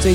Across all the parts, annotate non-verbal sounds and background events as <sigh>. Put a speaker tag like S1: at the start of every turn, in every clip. S1: 最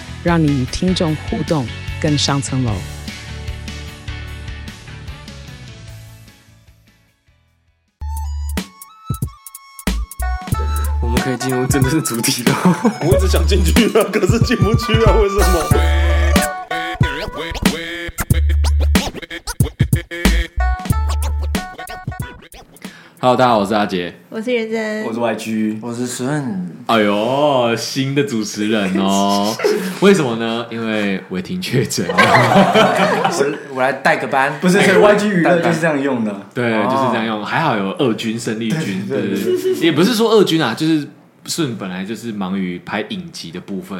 S1: 让你与听众互动更上层楼。
S2: 我们可以进入真正的主题
S3: <laughs>
S2: 了。
S4: 我一直想进去啊，可是进不去啊，为什么？
S2: Hello，大家好，我是阿杰。
S5: 我是元真，
S4: 是 YG，
S3: 我是顺，
S2: 哎呦，新的主持人
S3: <laughs>
S2: 哦，为什么呢？因为伟霆确诊了，
S3: 我我来带个班，
S4: 啊不是，所以 YG 娱乐就是这
S3: 样。
S4: 样用的。
S2: 对，
S3: 哦
S2: 就是这样用。还好有二军生力军，对对对，也不是说二军啊，就是顺本来就是忙于拍影集的部分，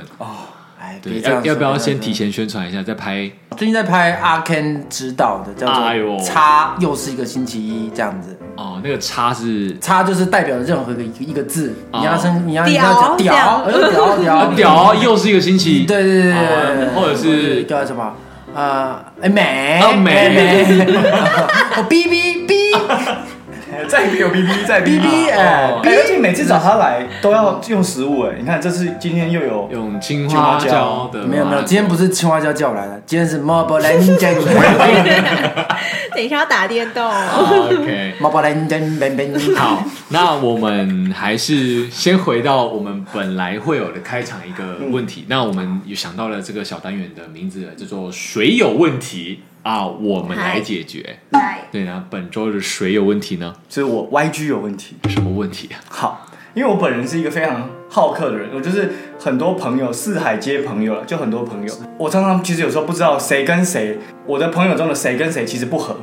S3: 哎，
S2: 对，
S3: 别这样
S2: 要
S3: 说
S2: 要不要先
S3: 别这
S2: 提
S3: 样
S2: 前宣传一下，再拍？
S3: 说最近在拍阿 Ken 指导的，叫做
S2: 哎呦
S3: 《叉》，又是一个星期一这样子。
S2: 哦，那个叉是
S3: 叉就是代表任何一个一个字，
S2: 哦
S3: 你要升，你要
S5: 屌
S3: 你要讲
S5: 这样
S3: 屌，哎屌屌
S2: <laughs> 屌啊，又是一个星期，
S3: 对嗯对对对对
S2: 哦，或者是
S3: 叫什么？呃，哎美
S2: 哦美
S3: 哎美， <laughs> 我哔
S2: <laughs>
S3: 哔哔
S4: <laughs> 再也没有 BB，再
S3: 哔哔哎
S4: 哎而且每次找他来都要用食物哎，你看这次今天又有
S2: 用青花椒的吗，
S3: 没有没有，今天不是青蛙椒叫我来的，今天是 Mobile Legend。
S5: <laughs>
S2: <laughs>
S5: 等一下要打电
S4: <laughs>
S5: 动。
S2: 哦，OK。
S3: 猫宝来，你等等等。
S2: <laughs> 好，那我们还是先回到我们本来会有的开场一个问
S4: 嗯
S2: 题。那我们也想到了这个小单元的名字叫做“水有问题”啊，我们来解决。
S5: 来，
S2: 对那本周的水有问题呢？
S4: 就是我 YG 有问题。
S2: 什么问题啊？
S4: 好，因为我本人是一个非常好客的人，我就是很多朋友，四海皆朋友了，就很多朋友。我常常其实有时候不知道谁跟谁，我的朋友中的谁跟谁其实不合，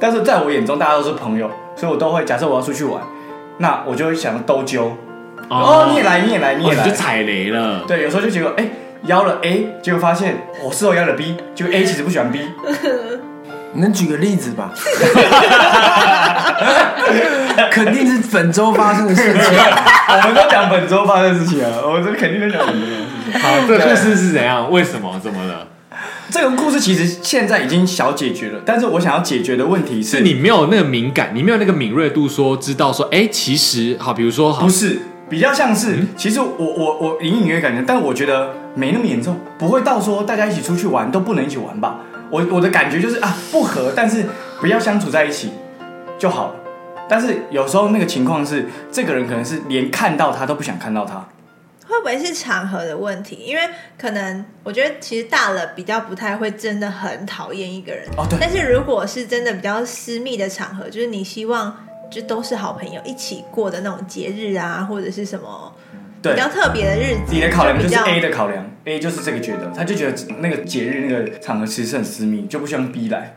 S4: 但是在我眼中大家都是朋友，所以我都会假设我要出去玩，那我就会想兜揪。哦，你也来，你也来，你
S2: 哦，
S4: 也
S2: 你
S4: 来，
S2: 就踩雷了。
S4: 对，有时候就结果哎、邀了 A，结果发现我事后邀了 B，结果 A 其实不喜欢 B， <laughs>
S3: 你能举个例子吧？ <laughs> 肯定是本周发生的事情。
S4: 我们都讲本周发生的事情啊，我这肯定都讲本周发生的事情。
S2: 好，这个故事是怎样？为什么？怎么了？
S4: 这个故事其实现在已经小解决了，但是我想要解决的问题是
S2: 是你没有那个敏感，你没有那个敏锐度说，知道说，哎、其实好，比如说好
S4: 不，是比较像是，其实我我我隐隐约约感觉，但我觉得没那么严重，不会到说大家一起出去玩都不能一起玩吧。我我的感觉就是啊，不合，但是不要相处在一起就好了。但是有时候那个情况是，这个人可能是连看到他都不想看到他。
S5: 会不会是场合的问题？因为可能我觉得其实大了比较不太会真的很讨厌一个人，
S4: 哦对
S5: 但是如果是真的比较私密的场合，就是你希望就都是好朋友一起过的那种节日啊，或者是什么
S4: 对
S5: 比，较特别的日子，
S4: 你的考量就是
S5: 比较
S4: A 的考量，A 就是这个觉得，他就觉得那个节日那个场合其实是很私密，就不希望 B 来。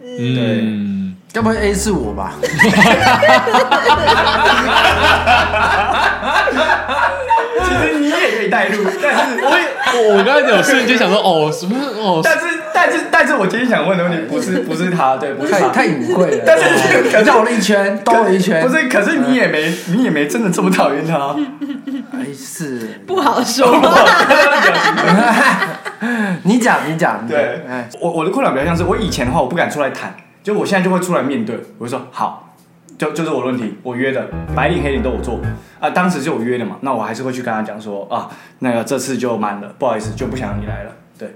S2: 嗯。
S3: 要不然 A 是我吧？
S4: 其实你也可以带入，但是我也。
S2: 我我刚才有瞬间想说，哦，什么哦，
S4: 但是但是但是我今天想问的问题不是不是他，对，不是
S3: <laughs> 太
S4: 他，
S3: 太隐晦了。
S4: 但是可是
S3: 绕了一圈，兜了一圈。
S4: 不是，可是你也没你也没真的这么讨厌他，
S3: 哎，是
S5: 不好说。
S3: 你讲，你讲。你讲
S4: 对
S3: 哎，，
S4: 我我的困扰比较像是我以前的话我不敢出来谈，就我现在就会出来面对，我就说好，就就是我的问题，我约的，白领黑领都我做啊，当时是我约的嘛，那我还是会去跟他讲说啊，那个这次就满了，不好意思，就不想让你来了，对，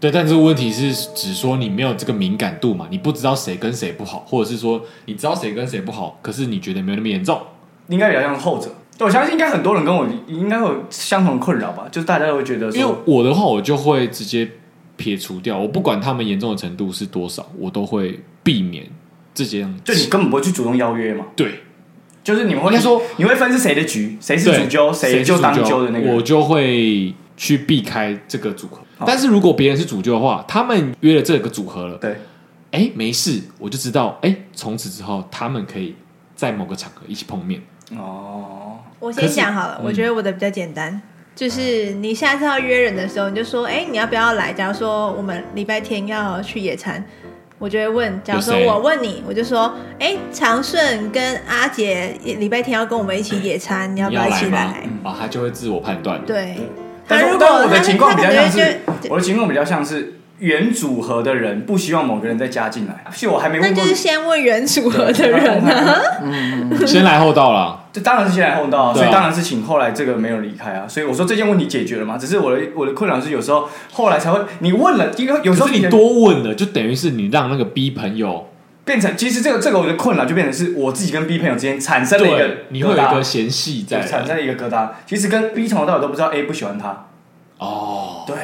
S2: 对，但是问题是，只说你没有这个敏感度嘛，你不知道谁跟谁不好，或者是说你知道谁跟谁不好，可是你觉得没有那么严重。
S4: 应该比较像后者。我相信应该很多人跟我应该会有相同的困扰吧，就是大家都会觉得
S2: 因为
S4: 说，
S2: 我的话，我就会直接撇除掉，我不管他们严重的程度是多少，我都会避免这些样
S4: 就你根本不会去主动邀约嘛，
S2: 对
S4: 就是你们会
S2: 应该说，
S4: 你会分是谁的局，谁是
S2: 对
S4: 主揪，
S2: 谁
S4: 就是当
S2: 主
S4: 揪的那个
S2: 我
S4: 人。
S2: 就会去避开这个组合。
S4: 好
S2: 但是如果别人是主揪的话，他们约了这个组合了，
S4: 对，
S2: 哎，没事，我就知道，哎，从此之后他们可以在某个场合一起碰面。
S4: 哦，
S5: 我
S2: 可
S5: 先
S2: 是
S5: 讲好了，
S2: 嗯
S5: 我觉得我的比较简单，就是你下次要约人的时候，你就说，哎、你要不要来？假如说我们礼拜天要去野餐，我就会问，假如说
S2: 有谁
S5: 我问你，我就说，哎、长顺跟阿杰礼拜天要跟我们一起野餐，
S4: 嗯
S5: 你要
S2: 你
S5: 不要
S2: 要
S5: 一起
S2: 吗
S5: 来？？
S2: 啊，他就会自我判断。
S5: 对，
S4: 但
S5: 他
S4: 是
S5: 如果
S4: 但我的
S5: 他
S4: 情况
S5: 他
S4: 比
S5: 可
S4: 较
S5: 能
S4: 像是
S5: 就，
S4: 我的情况比较像是原组合的人不希望某个人再加进来，是我还没
S5: 那
S4: 问过
S5: 就。是先问
S4: <laughs>
S5: 原组合的人
S4: 对
S5: 啊。
S2: 先来后到啦，
S4: 这当然是先来后到啊，
S2: 对啊
S4: 所以当然是请后来这个没有离开啊。所以我说这件问题解决了嘛，只是我的我的困扰是有时候后来才会你问了，因为 <laughs> 有时
S2: 可
S4: 候
S2: 是你多问了，就等于是你让那个 B 朋友，
S4: 变成，其实这个这个我的困扰就变成是我自己跟 B 朋友之间产生了一个疙瘩
S2: 对，，你会有一个嫌隙
S4: 对
S2: 在
S4: 产生了一个疙瘩。其实跟 B 从头到尾都不知道 A 不喜欢他，
S2: 哦。
S4: 对，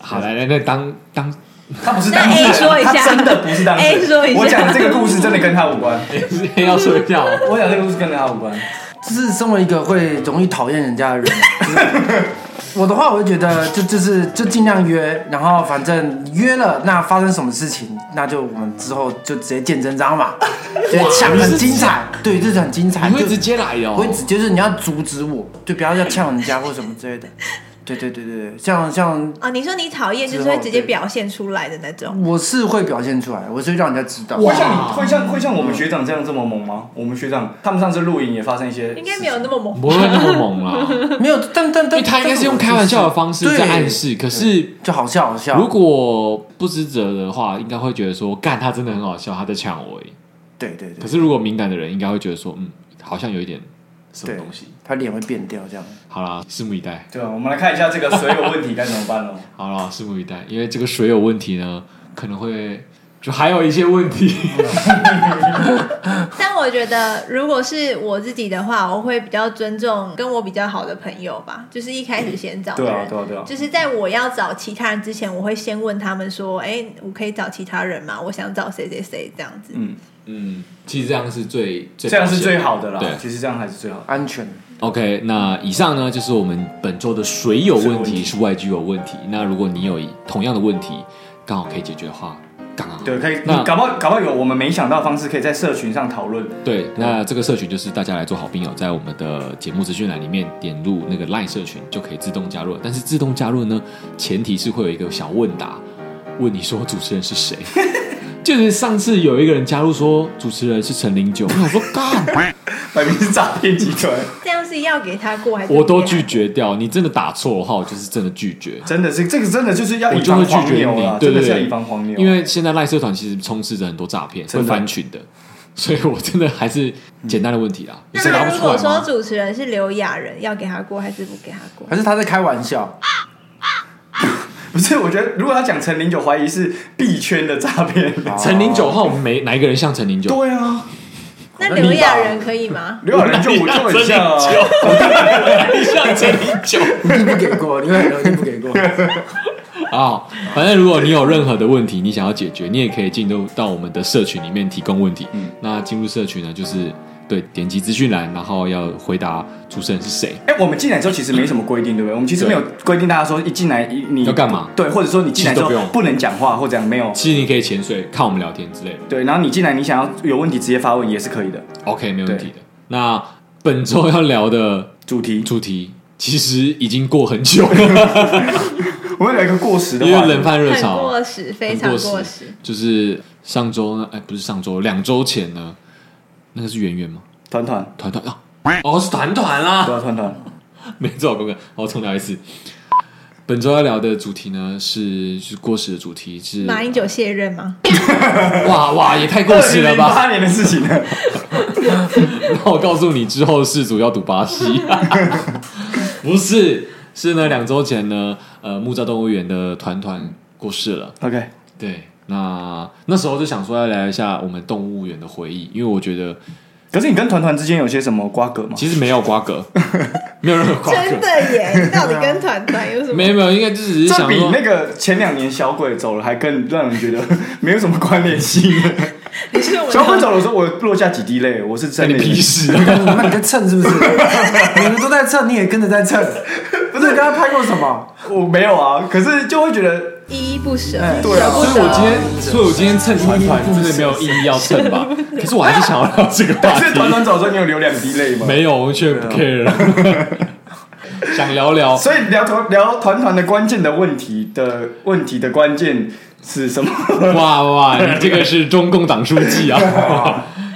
S2: 好，来来，那当当 <laughs>
S4: 他不是
S5: 那
S4: 当
S5: A
S4: 事人，
S5: 说一下
S4: 他真的不是当事
S5: A
S4: 人。
S5: 说一下
S4: 我讲的这个故事真的跟他无关，
S2: 要说一下哦，
S4: 我讲这个故事跟他无关。
S3: 这是身为一个会容易讨厌人家的人， <laughs> 就是我的话，我会觉得就就是就尽量约，然后反正约了，那发生什么事情，那就我们之后就直接见真章嘛，就讲很精彩，对，就是很精彩，
S2: 你会
S3: 就
S2: 直接来的哦
S3: 我。会指就是你要阻止我，就不要要呛人家或什么之类的，对对对对对，像像
S5: 哦，你说你讨厌就是
S3: 之后
S5: 会直接
S3: 对
S5: 表现出来的那种，
S3: 我是会表现出来，我是会让人家知道，
S4: 会像你会像会像我们学长这样这么猛吗？我们学长他们上次露营也发生一些，
S5: 应该没有那么猛。
S2: 不会那么猛啦，
S3: 没有，但但
S2: 因
S3: 但
S2: 为他应该是用开玩笑的方式
S3: 对
S2: 在暗示。可是
S3: 就好笑好笑，
S2: 如果不知者的话，应该会觉得说，干他真的很好笑，他在呛我而已。
S3: 对对对
S2: 可，是如果敏感的人，应该会觉得说，嗯，好像有一点什么
S3: 对
S2: 东西。
S3: 他脸会变掉这样。
S2: 好啦，拭目以待。
S4: 对啊，我们来看一下这个所有问题该怎么
S2: <laughs>
S4: 办喽。
S2: 好啦，拭目以待，因为这个水有问题呢，可能会就还有一些问题。
S5: 但我觉得，如果是我自己的话，我会比较尊重跟我比较好的朋友吧，就是一开始先找的
S4: 对啊
S5: 人。
S4: 对啊对啊，
S5: 就是在我要找其他人之前，我会先问他们说：“哎、我可以找其他人吗？我想找谁谁谁这样子。
S4: 嗯，
S2: 嗯，其实这样是最最
S4: 这样是最
S2: 保险
S4: 好的啦
S2: 啊对。
S4: 其实这样还是最好的。
S3: 安全，
S2: OK，那以上呢就是我们本周的水有
S4: 水
S2: 问
S4: 有问
S2: 题
S4: 题
S2: 是外居有问题。那如果你有同样的问题，刚好可以解决的话，刚刚好。
S4: 对，可以，
S2: 那
S4: 搞不好搞不好有我们没想到的方式，可以在社群上讨论。
S2: 对，那这个社群就是大家来做好朋友，在我们的节目资讯栏里面点入那个 LINE 社群就可以自动加入了。但是自动加入呢，前提是会有一个小问答，问你说主持人是谁。 <laughs> 就是上次有一个人加入说主持人是陈零九，我想说干，
S4: 摆明是诈骗集团， <laughs>
S5: 这样是要给他过还是
S2: 我都
S5: 不给
S2: 拒
S5: 他
S2: 绝掉。你真的打错的话，我就是真的拒绝。
S4: 真的是这个真的就是要
S2: 我
S4: 以
S2: 就
S4: 防
S2: 会拒
S4: 黄
S2: 绝
S4: 牛
S2: 你
S4: 啦，，
S2: 对
S4: 啊真
S2: 对
S4: 的是要
S2: 对，
S4: 以防黄牛。啊
S2: 因为现在赖社团其实充斥着很多诈骗，会
S4: 真的
S2: 翻群的，所以我真的还是简单的问题啦，有些答
S5: 那
S2: 不
S5: 如
S2: 出来
S5: 果说
S2: 吗？
S5: 主持人是刘雅人，要给他过还是不给他过？
S3: 还是他在开玩笑？
S4: 不是，我觉得如果他讲陈零九怀疑是币圈的诈骗，
S2: 陈零九号，没哪一个人像陈零九，
S4: 对啊，
S5: 那刘雅人可以吗？
S4: 刘亚仁就我就很像
S2: <laughs>
S4: 啊，
S2: 像陈零九
S3: 你一定不给过，你很你不给
S5: <laughs>
S3: 过。
S2: 啊。反正如果你有任何的问题，你想要解决，你也可以进入到我们的社群里面提供问题。那进入社群呢，就是对点击资讯栏，然后要回答主持人是谁。
S4: 哎、我们进来之后其实没什么规定，对不对？我们其实
S2: 对
S4: 没有规定大家说一进来一你
S2: 要干嘛
S4: 对，或者说你进来之
S2: 其实都不
S4: 后
S2: 用
S4: 不能讲话或者样没有，
S2: 其实你可以潜水看我们聊天之类的。
S4: 对，然后你进来你想要有问题直接发问也是可以的。
S2: OK，没问题的。那本周要聊的
S4: 主题，
S2: 主题其实已经过很久 <laughs> 了，
S4: 我们有一个过时的
S2: 因为
S4: 话题，
S2: 冷饭热
S5: 很
S2: 炒啊
S5: 过时，非常过时。。
S2: 就是上周呢，哎，不是上周，两周前呢，那个是圆圆吗？
S4: 团团，
S2: 团团啊，哦，是团团啦
S4: <laughs> 对，啊，团团，
S2: 没做好功课，我重聊一次。本周要聊的主题呢是是过时的主题是
S5: 马英九卸任吗？
S2: 哇
S5: <laughs>
S2: 哇也太过时了吧！
S4: 八年的事情了，
S2: <laughs> 那我告诉你，之后世祖要赌巴西， <laughs> 不是，是呢，两周前呢，呃，木栅动物园的团团过世了。
S4: OK，
S2: 对，那那时候就想说要聊一下我们动物园的回忆，因为我觉得
S4: 可是你跟团团之间有些什么瓜葛吗？
S2: 其实没有瓜
S5: <laughs>
S2: 葛，没有任何瓜
S5: 真
S2: 葛，
S5: 的耶！你到底跟团团有什么
S2: 没？有没有，应该就只是
S4: 这
S2: 想
S4: 比
S2: 说
S4: 那个前两年小鬼走了还更让人觉得没有什么关联
S2: <laughs>
S4: 性。
S5: 你是我
S4: 小鬼走了的时候，我落下几滴泪，我是
S2: 干
S4: 真
S2: 你
S4: 的
S2: 屁事啊！
S3: 那你在蹭是不是？你们都在蹭，你也跟着在蹭。不是，你跟他拍过什么？
S4: 我没有啊，可是就会觉得
S5: 依依不舍，
S3: 哎
S4: 对
S5: 舍
S4: 啊
S2: 所
S5: 不
S2: 以我今
S5: 得。
S2: 天，所以我今天蹭团团真的没有意义要蹭吧，可是我还是想要聊这个话
S4: 是
S2: 题。
S4: 团团走的时候，你有流两滴泪吗？
S2: 没有，我却不 care 了。想聊聊
S4: 所以聊团聊团团的关键的问题的问题的关键是什么？
S2: 哇哇，你这个是中共党书记啊！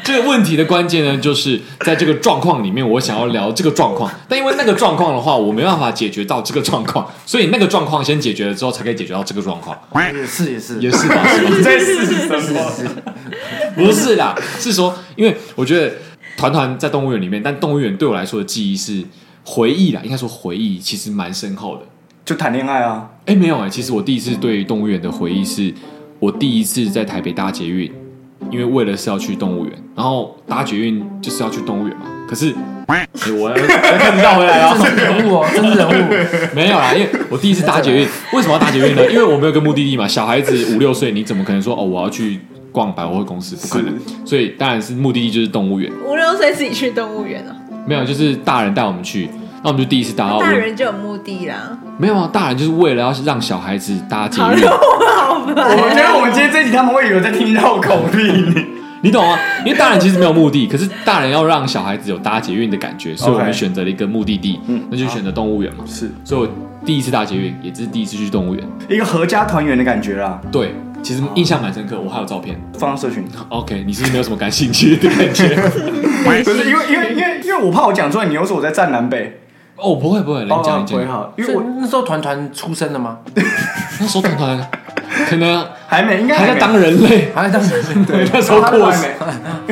S2: 这个问题的关键呢，就是在这个状况里面，我想要聊这个状况，但因为那个状况的话，我没办法解决到这个状况，所以那个状况先解决了之后，才可以解决到这个状况，
S3: 也是也是
S2: 也是吧？是吧
S4: 你在试什么？
S2: <laughs> 不是啦，是说，因为我觉得团团在动物园里面，但动物园对我来说的记忆是回忆啦，应该说回忆其实蛮深厚的。
S4: 就谈恋爱啊，
S2: 哎，没有哎、其实我第一次对动物园的回忆是，我第一次在台北搭捷运，因为为了是要去动物园，然后搭捷运就是要去动物园嘛。可是，诶我要我要开始绕回来
S3: 这 <laughs>
S2: 了，
S3: 是人物哦，
S2: <laughs>
S3: 真是人物，
S2: 没有啦，因为我第一次搭捷运，为什么要搭捷运呢？因为我没有个目的地嘛。小孩子五六岁，你怎么可能说哦，我要去逛百货公司？不可能。所以当然是目的地就是动物园，
S5: 五六岁自己去动物园哦，
S2: 没有就是大人带我们去，那我们就第一次搭到
S5: 大
S2: 温
S5: 人就有目的啦。
S4: 嗯
S2: 没有啊，大人就是为了要让小孩子搭捷
S5: 好
S2: 运。
S5: 了，我好
S4: 我
S5: 烦。
S4: 觉得我们今天这集他们会以为在听绕口令。
S2: 你懂吗？因为大人其实没有目
S5: <laughs>
S2: 的，可是大人要让小孩子有搭捷运的感觉，所以我们
S4: OK
S2: 选择了一个目的地，
S4: 嗯
S2: 那就选择动物园嘛。
S4: 是
S2: 所以我第一次搭捷运，也是第一次去动物园。
S4: 一个合家团圆的感觉啦，
S2: 对，其实印象蛮深刻，我还有照片。
S4: 放到社群。
S2: OK，你是不是没有什么感兴趣的感
S4: <laughs>
S2: 觉？
S4: 不哎是因为因为因为因为我怕我讲出来，你又说我在站南北，哦
S2: 哦，不会不会，你讲一
S4: 不会
S2: 讲。
S4: 好，因
S3: 因
S4: 为
S3: 为
S4: 我
S3: 那时候团团出生了吗？
S2: 那时候团团可能
S4: 还没，应该
S2: 还在
S4: 没
S2: 当人类，
S3: 还在
S2: <laughs>
S3: 当时
S4: 对，
S2: 那时候
S4: 团
S2: 过
S4: 团还
S2: 世
S4: 没，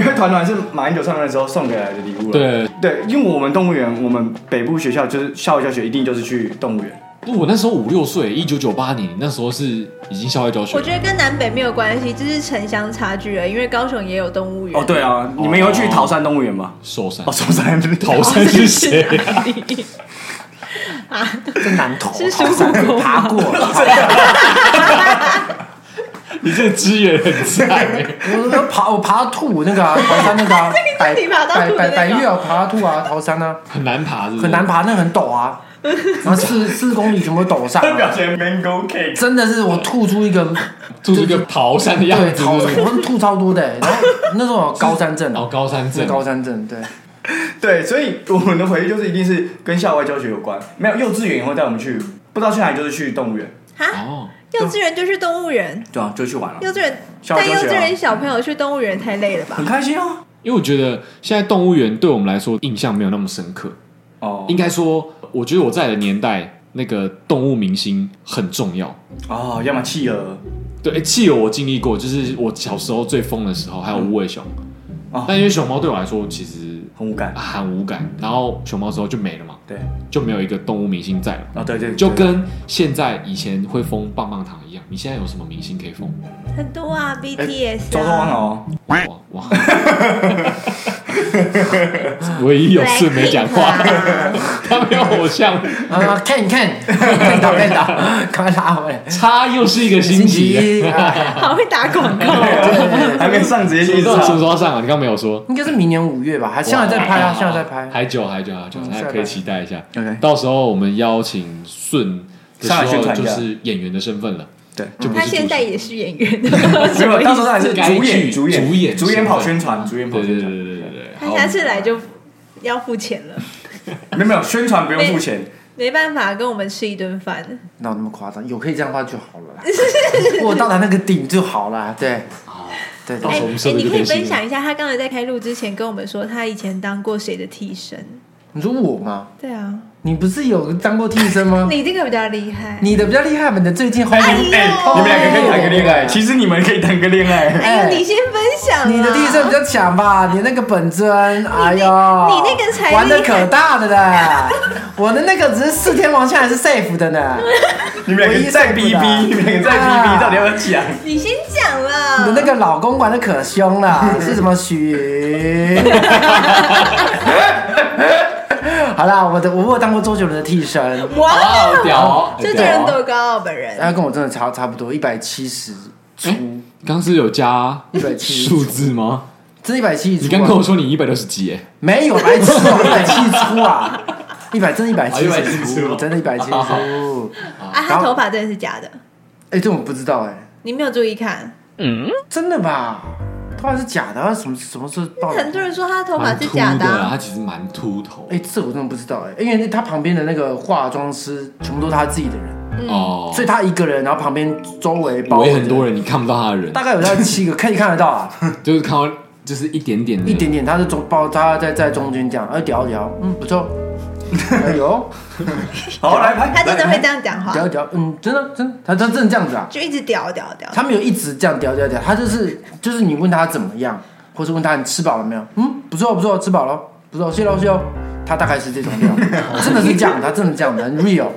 S4: 因为团团是马英九上任的时候送给来的礼物了。
S2: 对，
S4: 对，因为我们动物园，我们北部学校就是校外教学，一定就是去动物园。
S2: 不，我那时候五六岁，一九九八年，那时候是已经校外教学
S5: 我
S2: 了。
S5: 觉得跟南北没有关系，这是城乡差距了。因为高雄也有动物园，
S4: 对啊，你们有去桃山动物园吗？
S2: 寿山
S4: 哦，，寿山
S2: 桃山是谁啊？
S5: 啊
S4: <laughs>
S3: 在南投，
S5: 是属虎狗
S3: 爬
S5: 吗？
S3: 过，
S2: <laughs> 你这个资源很欸赞。
S3: 我我爬我爬到吐那个啊，桃山那个啊，百
S5: <laughs> 你爬到吐的那
S3: 百
S5: 个
S3: 百百越啊，爬到吐啊，桃山啊，
S2: 很难爬，是不是？
S3: 很难。爬，那个很陡
S5: <laughs>
S3: 啊，然后四四公里全部陡上啊，
S4: 情 mango cake，
S3: 真的是我吐出一个
S2: 住出一个桃山的 <laughs> 样
S3: 对
S2: 子，
S3: 桃
S2: 是不是
S3: 我吐超多的欸，
S2: <laughs>
S3: 然后那时候有高山症
S2: 然，后高山
S3: 是
S2: 症，
S3: 高山症，对，
S4: 对，所以我们的回忆就是一定是跟校外教学有关。没有幼稚园也会带我们去，不知道去哪里就是去动物园。
S5: 哈，
S2: 哦，
S5: 幼稚园就去动物园，
S4: 对啊，就去玩了
S5: 幼稚园
S4: 校外
S5: 带
S4: 教
S5: 幼
S4: 学啊
S5: 稚园小朋友去动物园太累了吧
S4: 很？开心啊。
S2: 因为我觉得现在动物园对我们来说印象没有那么深刻，
S4: 哦
S2: 应该说，我觉得我在的年代那个动物明星很重要。
S4: 哦，要么企鹅，
S2: 对，诶企鹅我经历过，就是我小时候最疯的时候，还有无尾熊。
S3: 嗯
S4: 哦
S2: 但因为熊猫对我来说其实
S4: 很无感。
S2: 很无感，然后熊猫之后就没了嘛，
S4: 对，
S2: 就没有一个动物明星在了。
S4: 哦对对，
S2: 就
S4: 对
S2: 跟现在以前会封棒棒糖一样，你现在有什么明星可以封？
S5: 很多啊
S4: 周
S5: ，BTS
S4: 哎周王
S5: 啊，
S4: 哦，
S2: 哇哇！唯一有事没讲话，
S5: Blackpink 啊
S2: 他没有偶像，
S3: 啊，看一看，看倒看倒，赶快拉回来，
S2: 他又是一个星期。 <laughs>
S3: 一，哎
S5: <laughs> 好会打
S4: <laughs>
S5: 广告。
S4: 哎
S3: 对
S4: 还没上直接
S2: 什么
S4: 去
S2: 时候什么
S4: 上
S2: 时。候要上啊？你刚刚没有说。
S3: 应该是明年五月吧，还现在在拍啊，现在在拍，
S2: 还久还久还久，
S3: 嗯
S2: 大家
S3: 下一排
S2: 可以期待一下。
S4: OK
S2: 到时候我们邀请顺的时
S4: 上来宣
S2: 候，
S4: 传一
S2: 就
S4: 下
S2: 是演员的身份了，
S4: 对，
S2: 就不
S5: 他
S2: 是
S5: 现
S2: 主
S5: 在
S2: 角。
S5: 也是演
S4: <laughs>
S5: 员，
S4: 没有，到时候他还是主演，
S2: 主
S4: 主
S2: 演
S4: 演，
S2: 主演
S4: 主演跑宣传，主演跑
S2: 对
S4: 宣
S2: 对对
S4: 传。
S2: 对对对
S5: 他
S2: 对。
S5: 下次来就要付钱了，
S4: 没有没有，宣传不用付钱。
S5: 没办法跟我们吃一顿饭。
S3: 哪有那么夸张？有可以这样的话就好了啦，
S5: <laughs>
S3: 我到达那个顶就好了，对，
S2: 哦
S3: 对
S2: 到时
S3: 对
S5: 哎
S2: 候我们设备
S5: 你
S2: 就
S5: 可以
S2: 变形
S5: 分
S2: 了
S5: 享一下，他刚才在开录之前跟我们说，他以前当过谁的替身？
S3: 你说我吗？
S5: 对啊，
S3: 你不是有当过替
S5: <laughs>
S3: 身吗？
S5: 你这个比较厉害。
S3: 你的比较厉害，你的最近好，
S4: 哎，你哎你们两个可以谈个恋爱，
S3: 哎
S4: 其实你们可以谈个恋爱。
S5: 哎
S3: 哎
S5: 呦，你先分享啦
S3: 你的替身比较强吧？你那个本尊，哎呦，
S5: 你那个才厉害
S3: 玩的可大的了， <laughs> 我的那个只是四天王现在是 safe 的呢，
S4: 你们两个再逼逼，你们两个再逼逼，到底要不要讲？
S5: 你先讲
S3: 你
S5: 啦。
S3: 的那个老公玩的可凶了，
S5: <laughs>
S3: 是什么许？ <laughs> 好啦，我的我我有当过周杰伦的替身，
S5: 哇，
S2: 好屌哦！
S5: 这
S2: 屌哦
S5: 个人多高？啊本人
S3: 他跟我真的差差不多一百七十出
S2: 哎，，刚刚是有加
S3: 170
S2: 数字吗？
S3: 这一百七十出啊，
S2: 你刚跟我说你一百六十几，哎，
S3: 没有白痴哦，一百七十
S2: <laughs>
S3: 出啊，一百真的一百
S2: 啊
S3: 七
S2: 170
S3: 十
S2: 出
S3: 出，真的一百七十出。
S5: 啊，他头发真的是假的，
S3: 哎、这我不知道哎、
S5: 你没有注意看。
S3: 真的吧？头发是假的，啊什么什么时候爆的？
S5: 很多人说他头发
S2: 蛮
S5: 是
S2: 秃
S5: 假
S2: 的
S5: 啊
S2: 啦，他其实蛮秃头
S3: 哎、这我真的不知道哎、因为他旁边的那个化妆师全部都是他自己的人，
S2: 哦，
S3: 所以他一个人，然后旁边周围包
S2: 我
S3: 围
S2: 也
S3: 着
S2: 很多，人，你看不到他的人，
S3: 大概有到七个，可以看得到啊，
S2: 就是看到就是一点点的
S3: 一点点，他是中包，他在在中间这样，哎屌屌，嗯
S5: <laughs>
S3: 不错，哎呦
S4: 好，来拍，
S5: 他真的
S4: 来
S5: 会这样讲话，
S3: 屌屌，嗯真的真的他他真的这样子啊，
S5: 就一直屌屌屌。
S3: 他没有一直这样屌屌屌，他就是就是你问他怎么样，或是问他你吃饱了没有，嗯不错不错吃饱了，不错谢喽谢喽，他大概是这种料，真的是这样，他真的这样的，很 real，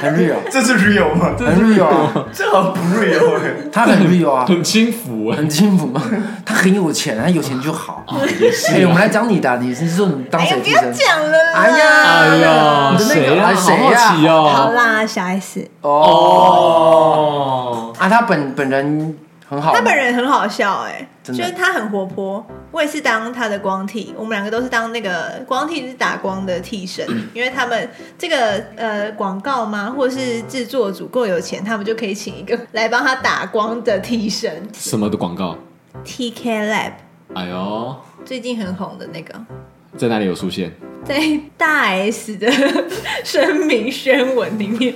S3: 很 real，
S4: 这是 real 吗？
S3: 很 real 啊。
S4: 这很不 real 哎。
S3: 他很 real 啊，
S2: 很轻浮哎，
S3: 很幸福嘛，他很有钱，他有钱就好。
S2: 也是啊
S3: 哎，我们来讲你的啊，你是说你当
S5: 哎呀，
S3: 谁
S5: 不
S3: 替
S5: 要
S3: 身？
S5: 讲啊了啦。
S3: 哎呀
S2: 哎呀，
S3: 你的那
S2: 谁呀？好
S3: 个哎谁
S2: 好
S3: 呀
S2: 奇
S5: 好
S2: 哦。
S5: 啦，小 S，
S3: 哦，
S2: 哦，
S3: 啊，他本本人很好吗，
S5: 他本人很好笑哎、
S3: 真
S5: 就
S3: 的
S5: 是他很活泼。我也是当他的光替，我们两个都是当那个光替是打光的替身，
S3: 嗯
S5: 因为他们这个呃广告嘛，或是制作组够有钱，他们就可以请一个来帮他打光的替身。
S2: <laughs> 什么的广告？
S5: TK Lab
S2: 哎呦，
S5: 最近很红的那个，
S2: 在哪里有出现？
S5: 在大 S 的 <laughs> 声明宣文里面，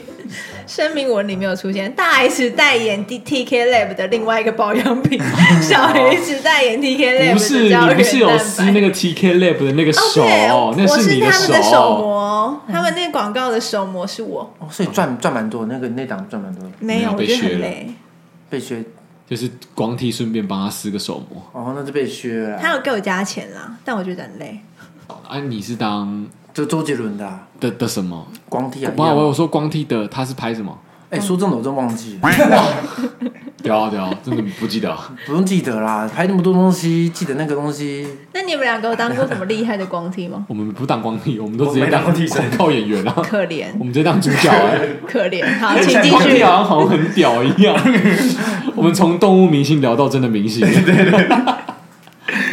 S5: 声明文里面有出现大 S 代言 D T K Lab 的另外一个保养
S2: <laughs>
S5: 品，小 S 代言 T K Lab
S2: 不是，
S5: 的胶
S2: 你
S5: 原
S2: 不是有
S5: 蛋
S2: 撕
S5: 白
S2: 那。个 TK Lab 的那个
S5: 哦，
S2: 手，
S5: 对，
S2: 那
S5: 我
S2: 你
S5: 他们的手
S2: 手。
S5: 模，他们那个广告的手模是我，
S3: 哦，所以赚赚蛮多，那个那档赚蛮多的，
S5: 没
S2: 没有
S5: 有，我
S2: 嗯被
S5: 觉得
S2: 削
S5: 很
S2: 了
S5: 累。
S3: 被削，
S2: 就是光替顺便帮他撕个手模
S3: 哦，那就被削了
S5: 他
S3: 啊。
S5: 有给我加钱啦，但我觉得很累。
S2: 啊！你是当
S3: 就周杰伦的啊
S2: 的的什么？
S3: 光替啊，一
S2: 我
S3: 样
S2: 我我说光替的他是拍什么？
S3: 哎，说真的，我真忘记了，
S2: 对啊对啊，真的不记得啊。？
S3: 不用记得啦，拍那么多东西，记得那个东西，
S5: 那你们两个有当过什么厉害的光替吗
S2: <laughs> 我们不当光替，我们都直
S4: 我
S2: 接
S4: 没
S2: 当
S4: 当过替身
S2: 广告演员啊， <laughs>
S5: 可怜
S2: 我，们直接当主角
S4: <laughs>
S2: 哎、
S5: 可怜。
S2: <laughs>
S5: 好，
S4: 人
S5: 请
S4: 家
S5: 继
S2: 光替
S5: 续。
S2: 好像好像很屌一
S4: <laughs>
S2: 样。我们从动物明星聊到真的明星，对对对。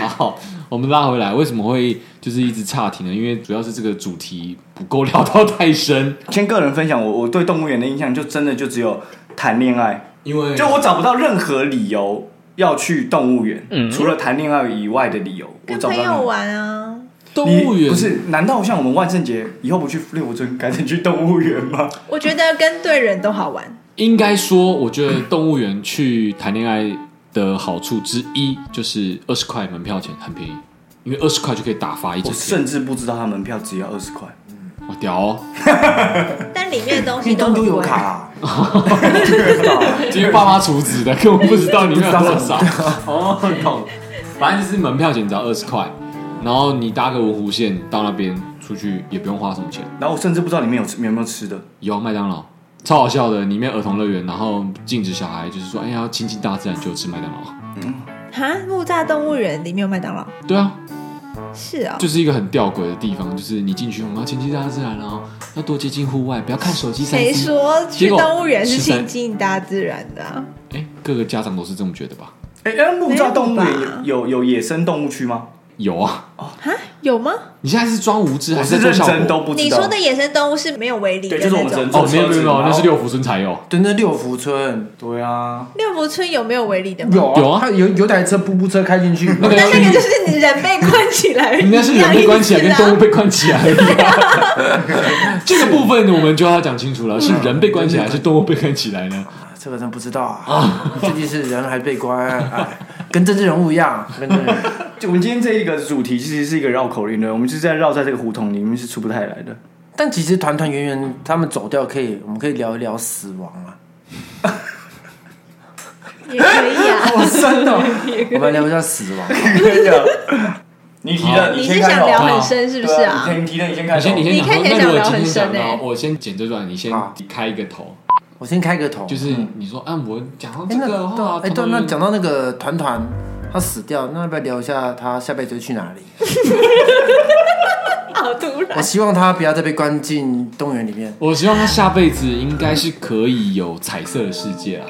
S2: 好，我们拉回来，为什么会就是一直岔题呢？因为主要是这个主题不够聊到太深，
S4: <laughs> 先个人分享，我我对动物园的印象就真的就只有谈恋爱，
S2: 因为
S4: 就我找不到任何理由要去动物园，
S2: 嗯
S4: 除了谈恋爱以外的理由，我
S5: 跟
S4: 找不
S5: 朋
S4: 到任
S5: 友
S4: 何。
S5: 玩啊，
S2: 动物园
S4: 你不是？难道像我们万圣节以后不去六福村，改成去动物
S2: <laughs>
S4: 园吗？
S5: 我觉得跟对人都好玩。
S2: 应该说，我觉得动物园去谈恋爱的好处之一就是二十块门票钱很便宜，因为二十块就可以打发一整
S4: 我
S2: 天。
S4: 甚至不知道他门票只要二十块，
S2: 哇，屌哦！
S5: 但里面的东
S3: 因 <laughs>
S5: 西
S3: 为
S5: 都很
S3: 东都有
S5: 贵
S3: 卡啊，不知道啊
S2: 因为爸妈厨子的，根本不知道里面有多
S3: 不知
S2: 少
S4: <laughs>
S3: 道。
S2: 哦，懂。反正就是门票钱只要二十块，然后你搭个文湖线到那边出去也不用花什么钱。
S4: 然后我甚至不知道里面有吃有没有吃的。
S2: 有麦当劳，超好笑的，里面儿童乐园，然后禁止小孩就是说，哎呀，要亲近大自然就吃麦当劳。
S5: 哈，木栅动物园里面有麦当劳，
S2: 对啊，
S5: 是哦，
S2: 就是一个很吊诡的地方，就是你进去，我们要亲近大自然哦，要多接近户外，不要看手机。
S5: 谁
S2: 三 C？
S5: 说去
S2: 结果
S5: 动物园是
S2: 十三
S5: 亲近大自然的啊、
S2: 哎，各个家长都是这么觉得吧？
S4: 哎，那木栅动物园
S5: 没有吧
S4: 有有有野生动物区吗？
S2: 有啊，
S5: 哈，有吗？
S2: 你现在是装无知还
S4: 我是
S2: 在
S4: 认
S2: 做效
S4: 真
S2: 果？
S4: 都不知道。
S5: 你说的野生动物是没有围篱的
S4: 对就是我
S5: 那种。
S4: 们人坐
S2: 哦，没有没有没有，
S4: 车子
S2: 那是六福村才有。
S3: 对，那六福村
S4: 对啊，
S5: 六福村有没有围篱的吗？
S3: 有
S2: 有啊
S3: 他有有台车布布车开进去，
S2: 那个
S5: 那那个就是你人被关起来，
S2: 应该是人被关起来
S5: <laughs> 一
S2: 跟
S5: 样意思啊
S2: 动物被关起来而已啊。这个部分我们就要讲清楚了，是人被关起来，还是动物被关起来呢？
S3: 这个真不知道啊，究竟是人还被关，哎，跟政治人物一样，跟政治
S2: <laughs>
S3: 人物
S4: 就我们今天这一个主题其实是一个绕口令的，我们就是在绕在这个胡同里面是出不太来的。
S3: 但其实团团圆圆他们走掉，可以我们可以聊一聊死亡啊，
S5: 也可以啊。
S3: 好深哦， <laughs> 我们聊一下死亡。
S4: 你提的，
S5: 你是
S4: 先看
S5: 想
S4: 哦
S5: 聊很深是不是
S4: 对
S5: 啊？
S4: 你提的，你先
S2: 你
S4: 看
S2: 先，
S4: 哦
S2: 你先讲说。
S5: 你看起来
S2: 那如果
S5: 想聊
S2: 今天
S5: 很深
S2: 想到，
S5: 欸
S2: 我先剪这段，你先
S3: 好
S2: 开一个头，
S3: 我先开个头，
S2: 就是你说，啊，我讲到
S3: 哎
S2: 这
S3: 那
S2: 个的
S3: 对
S2: 话
S3: 啊，哎对啊，那
S2: 团
S3: 讲到那个团团他死掉，那要不要聊一下他下辈子会去 <laughs> 哪里？
S5: 好突
S3: 我
S5: 然，
S3: 希望他不要再被关进动物园里面。
S2: 我希望他下辈子应该是可以有彩色的世界啊。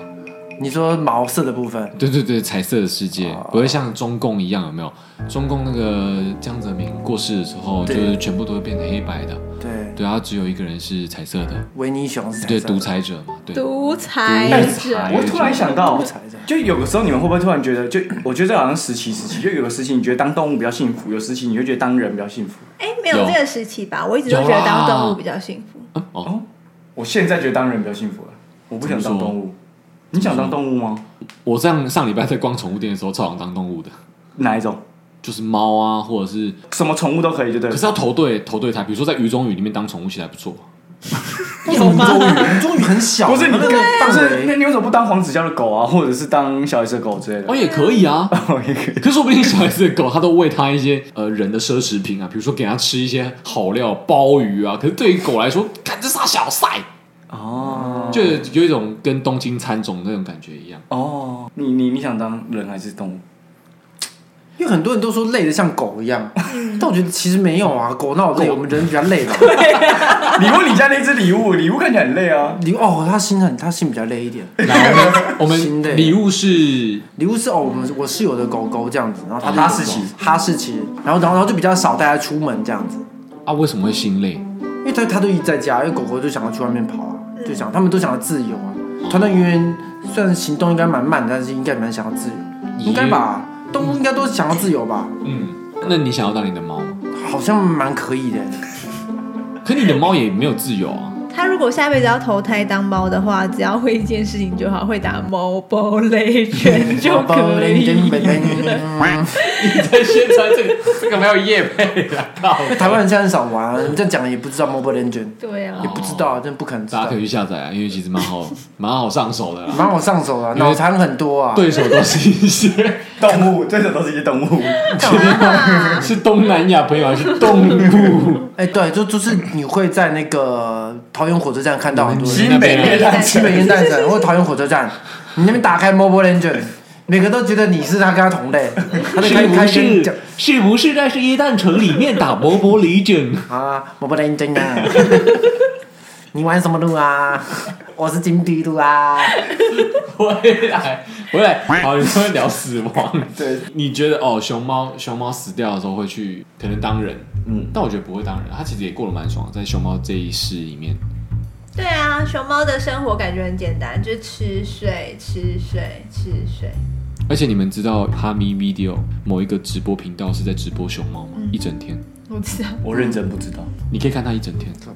S3: 你说毛色的部分，
S2: 对对对，彩色的世界啊
S3: 哦
S2: 不会像中共一样，有没有？中共那个江泽民过世的时候，就
S3: 对
S2: 是全部都会变成黑白的，
S3: 对，
S2: 对，他只有一个人是彩色的，
S3: 维尼熊是彩
S2: 对，
S3: 色的
S2: 独裁者嘛，对，
S5: 独裁者，
S4: 我突然想到
S3: 独，裁的
S4: 就有的时候你们会不会突然觉得，就我觉得这好像时期时期，就有的时期你觉得当动物比较幸福，有时期你会觉得当人比较幸福。
S5: 哎，没有
S2: 有
S5: 这个时期吧？我一直都觉得当动物比较幸福。
S2: 嗯哦，
S4: 我现在觉得当人比较幸福了，我不想当动物。你想当动物吗？
S2: 我上上礼拜在逛宠物店的时候，超想当动物的，
S4: 哪一种？
S2: 就是猫啊，或者是，
S4: 什么宠物都可以，就对
S2: 可
S4: 了
S2: 是。要投对投对它，比如说在鱼中鱼里面当宠物其实还不错，
S3: 为什么吴中宇？吴中宇很小，
S4: 不是你，
S3: 那个
S4: 不
S3: 范
S4: 是
S3: 围
S4: 那你为什么不当黄子佼的狗啊，或者是当小 S 的狗之类的 <laughs>
S2: 哦？也可以啊，
S4: 我也可以。
S2: 可是说不定小 S 的狗，它都喂它一些呃人的奢侈品啊，比如说给它吃一些好料鲍鱼啊。可是对于狗来说，看这傻小赛，
S4: 哦
S2: 就有一种跟东京餐种那种感觉一样。
S4: 哦，你你你想当人还是动物？ <laughs>
S3: 因为很多人都说累得像狗一样，但我觉得其实没有啊，狗那我累，
S2: 狗
S3: 我们人比较累 <laughs> 吧。
S4: 礼物你家那只礼物，礼物看起来很累啊。
S3: 礼物哦，他心很，他心比较累一点。
S2: 来，我们我
S3: 新的
S2: 们礼物是
S3: 礼物是哦，我们我室友的狗狗这样子，然后它
S4: 啊哈
S3: 就
S4: 士奇
S3: 哈士奇，然后然后然后就比较少带它出门这样子，
S2: 啊，为什么会心累？
S3: 因为它它都一直在家，因为狗狗就想要去外面跑啊，就想他们都想要自由啊。团团圆圆虽然行动应该蛮慢，但是应该蛮想要自由，
S2: 咦
S3: 应该吧？动物应该都想要自由吧？
S2: 嗯，那你想要当你的猫吗？
S3: 好像蛮可以的。
S2: 可你的猫也没有自由啊。
S5: 他如果下辈子要投胎当猫的话，只要会一件事情就好，会打 Mobile Legend 就可以。
S2: 你在宣传这个，这个没有业配啊，靠！
S3: 台湾人现在很少玩啊，你这样讲也不知道 Mobile Legend，
S5: 对啊
S3: 也，不知道，真的不可能知
S2: 大家
S3: 道
S2: 可。以去下载啊，因为其实蛮好，蛮好上手的啦。
S3: 蛮好上手啊，
S2: 因为
S3: 脑残很多啊。
S2: 对手都是一些。
S4: 动物，这种都是一些动 <laughs> 物。
S5: 啊
S2: 是东南亚朋友还是动物？
S3: 哎、对，就就是你会在那个桃园火车站看到很多人，
S4: 新北烈蛋
S3: 西北烟战神或桃园火车站，你那边打开 Mobile Legend，每个都觉得你是他跟他同类，他就开
S2: 是
S3: 开
S2: 不
S3: 始跟你讲
S2: 是是不是在是耶诞城里面打摩博雷整？
S3: 啊 Mobile
S2: <laughs>
S3: Legend 啊，你玩什么路啊？我是金地路啊，
S2: 回来回来，好，你们聊死亡。
S4: 对，
S2: 你觉得哦，熊猫熊猫死掉的时候会去可能当人，
S4: 嗯，
S2: 但我觉得不会当人，它其实也过得蛮爽的，在熊猫这一世里面。
S5: 对啊，熊猫的生活感觉很简单，就吃睡吃睡吃睡。
S2: 而且你们知道哈咪 Video 某一个直播频道是在直播熊猫吗？
S5: 嗯
S2: 一整天，
S5: 我知道，
S4: <laughs> 我认真不知道。
S2: 你可以看它一整天。
S5: 嗯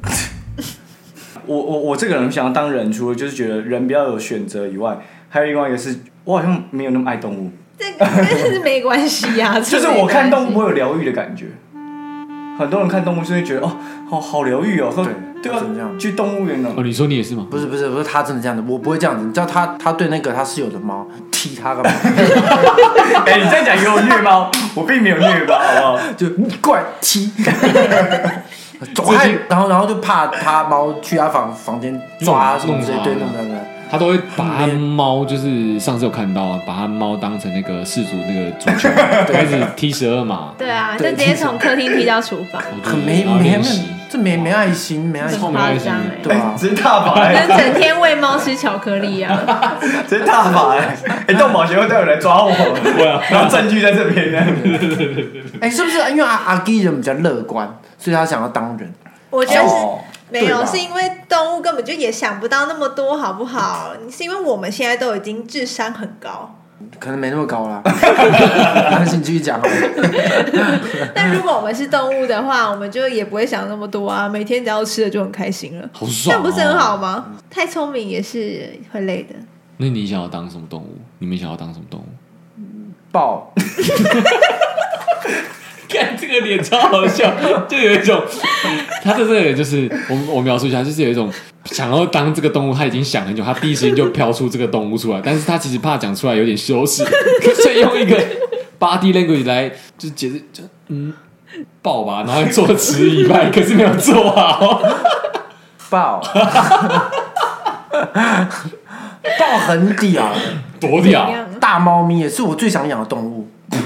S4: 我我我这个人想要当人，除了就是觉得人比较有选择以外，还有另外一个是，我好像没有那么爱动物，
S5: 这个真是没关系呀、啊。
S4: 就是我看动物，会有疗愈的感觉。很多人看动物就会觉得哦，好好疗愈哦，说
S3: 对
S4: 对
S3: 真的这
S4: 吧
S3: 样？
S4: 去动物园呢
S2: 哦，，
S4: <laughs>
S2: 你说你也是吗？
S3: 不是不是，不是他真的这样子，我不会这样子，你知道他他对那个他室友的猫踢他干 <laughs> 嘛？
S4: 哎，你在讲给我虐猫，我并没有虐猫，好 <laughs> 不好？
S3: 就你过来 <laughs> 踢，走开，然后然后就怕他猫去他房房间抓什么之类，对，弄弄弄。
S2: 他都会把他猫，就是上次有看到啊，把他猫当成那个氏族那个足
S5: <laughs>
S2: 球，开始踢十二码，
S5: 对啊，就
S3: 对
S5: 直接从客厅踢到厨房，
S3: 可没
S2: 然后
S3: 没
S2: 练
S3: 没
S2: 习，
S3: 这没没爱心，没爱
S5: 很
S3: 心，
S5: 夸张哎。
S3: 对啊，
S4: 直接大法 <laughs>
S5: 跟
S4: 哎，
S5: 整天喂猫吃巧克力啊，
S4: 直接大 <laughs> 法哎，哎，动保协会都有来抓我，然后证据在这边呢。
S3: 哎，是不是因为阿阿基人比较乐观，所以他想要当人？
S5: 我觉得是
S4: 哦
S5: 没
S3: 对
S5: 有，
S3: 吧
S5: 是因为动物根本就也想不到那么多，好不好？是因为我们现在都已经智商很
S2: <laughs>
S5: 高，
S3: 可能没那么高啦。那请继续讲好了。
S5: 但如果我们是动物的话，我们就也不会想那么多啊，每天只要吃的就很开心了，
S2: 好
S5: 那
S2: 爽，啊哦
S5: 不是很？好吗？太聪明也是会累的。
S2: 那你想要当什么动物？你们想要当什么动物？
S3: 豹，
S2: 看这个脸超好笑，就有一种，他的这个人就是我我描述一下，就是有一种想要当这个动物，他已经想很久，他第一时间就飘出这个动物出来，但是他其实怕讲出来有点羞耻，所以用一个 body language 来就解释，就嗯。抱吧，然后做迟疑吧，可是没有做好。
S3: 豹，豹很屌，
S2: 多
S5: 怎
S2: 屌！
S5: 样
S3: 大猫咪也是我最想养的动物，
S5: 哎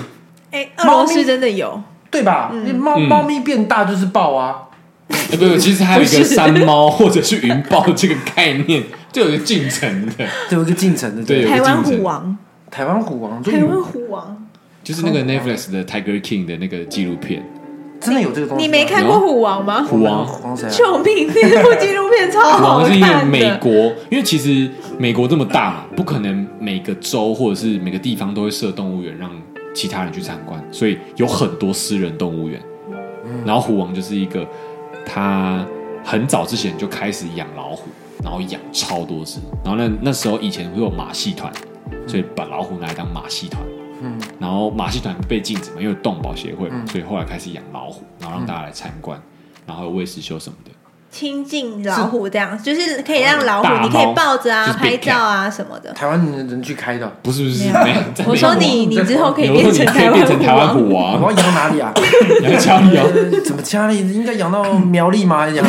S5: 哎，俄罗斯真的有，嗯
S3: 对吧？猫猫咪变大就是豹啊，
S2: 对对，哎其实还有一个山猫或者是云豹这个概念，就有一个进程的，
S3: 就有一个进程的，
S2: 对有个
S5: 台湾
S2: 竞争
S5: 虎王，
S3: 台湾虎王，就
S5: 台湾虎王，
S2: 就是那个 Netflix 的 Tiger King 的那个纪录片，
S3: 真的有这个东西吗，啊
S5: 你没看过虎王吗？
S2: 虎王
S3: 虎王谁啊？
S5: 救命！那部纪录片超
S2: 虎
S5: 好
S2: 王是因为
S5: 看
S2: 美
S5: 的。
S2: 国，因为其实美国这么大嘛，不可能每个州或者是每个地方都会设动物园让其他人去参观，所以有很多私人动物园。
S3: 嗯
S2: 然后虎王就是一个，他很早之前就开始养老虎，然后养超多只。然后那那时候以前会有马戏团，所以把老虎拿来当马戏团。
S3: 嗯，
S2: 然后马戏团被禁止嘛，因为有动保协会嘛，
S3: 嗯
S2: 所以后来开始养老虎，然后让大家来参观，然后有喂食秀什么的。
S5: 亲近老虎这样，就是可以让老
S2: 大猫
S5: 虎，你可以抱着
S2: 就
S5: 啊、
S2: 是 big
S5: 拍
S2: cat
S5: 照啊什么的。
S3: 台湾人人去开的，
S2: 不是不是，
S5: 没
S2: 没有。在
S5: <laughs> 我
S2: 美
S5: 说
S2: 国
S5: 你，你之后可以
S2: 有时候
S5: 变
S2: 你
S5: 成
S2: 可以
S5: 台
S2: 变
S5: 湾
S2: 成
S5: 虎
S2: 台湾
S5: 王。
S2: 虎
S3: 我
S2: 王，
S3: 要养哪里啊？
S2: 你要加油！
S3: 呃怎么家里应该养到苗栗吗？养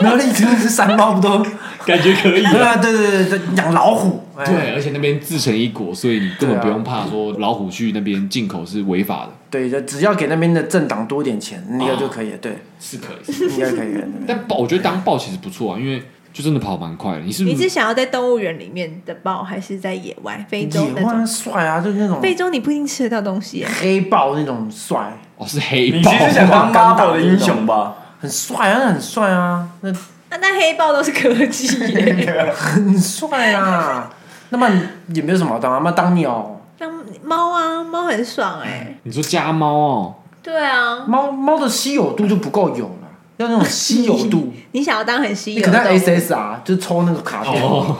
S3: 苗栗真的是山猫不都？
S2: <laughs> 感觉可以。
S5: <laughs>
S3: 对啊，对对对对，养老虎。哎
S2: 对，而且那边自成一国，所以你根本不用怕说老虎去那边进口是违法的，
S3: 对，就只要给那边的政党多点钱，应该就
S2: 哦
S3: 可以了。对，
S2: 是可以。
S3: 应该可以
S5: <laughs>
S3: 了。
S2: 但豹，我觉得当豹其实不错啊，因为就真的跑蛮快的。你是不
S5: 你是
S2: 是？
S5: 想要在动物园里面的豹，还是在野外非洲那
S3: 野
S5: 种
S3: 外？帅啊，就是那种
S5: 非洲你不一定吃得到东西耶，
S3: 黑豹那种帅，
S2: 哦，是黑
S4: <laughs> 你
S2: 豹
S4: 其，实想当 Marvel 的英雄吧？
S3: 很帅啊，那很帅啊，那
S5: 那那黑豹都是科技耶，
S3: 很帅啊。那么也没有什么好当啊，那当鸟
S5: 那猫啊，猫很爽哎，
S2: 你说家猫哦，
S5: 对啊，
S3: 猫猫的稀有度就不够有了，要那种稀有
S5: <laughs>
S3: 度。
S5: 你想要当很稀
S3: 你
S5: 有
S3: 可
S5: 的
S3: 能
S5: 动物
S3: SSR 啊就抽那个卡片，
S2: 哦，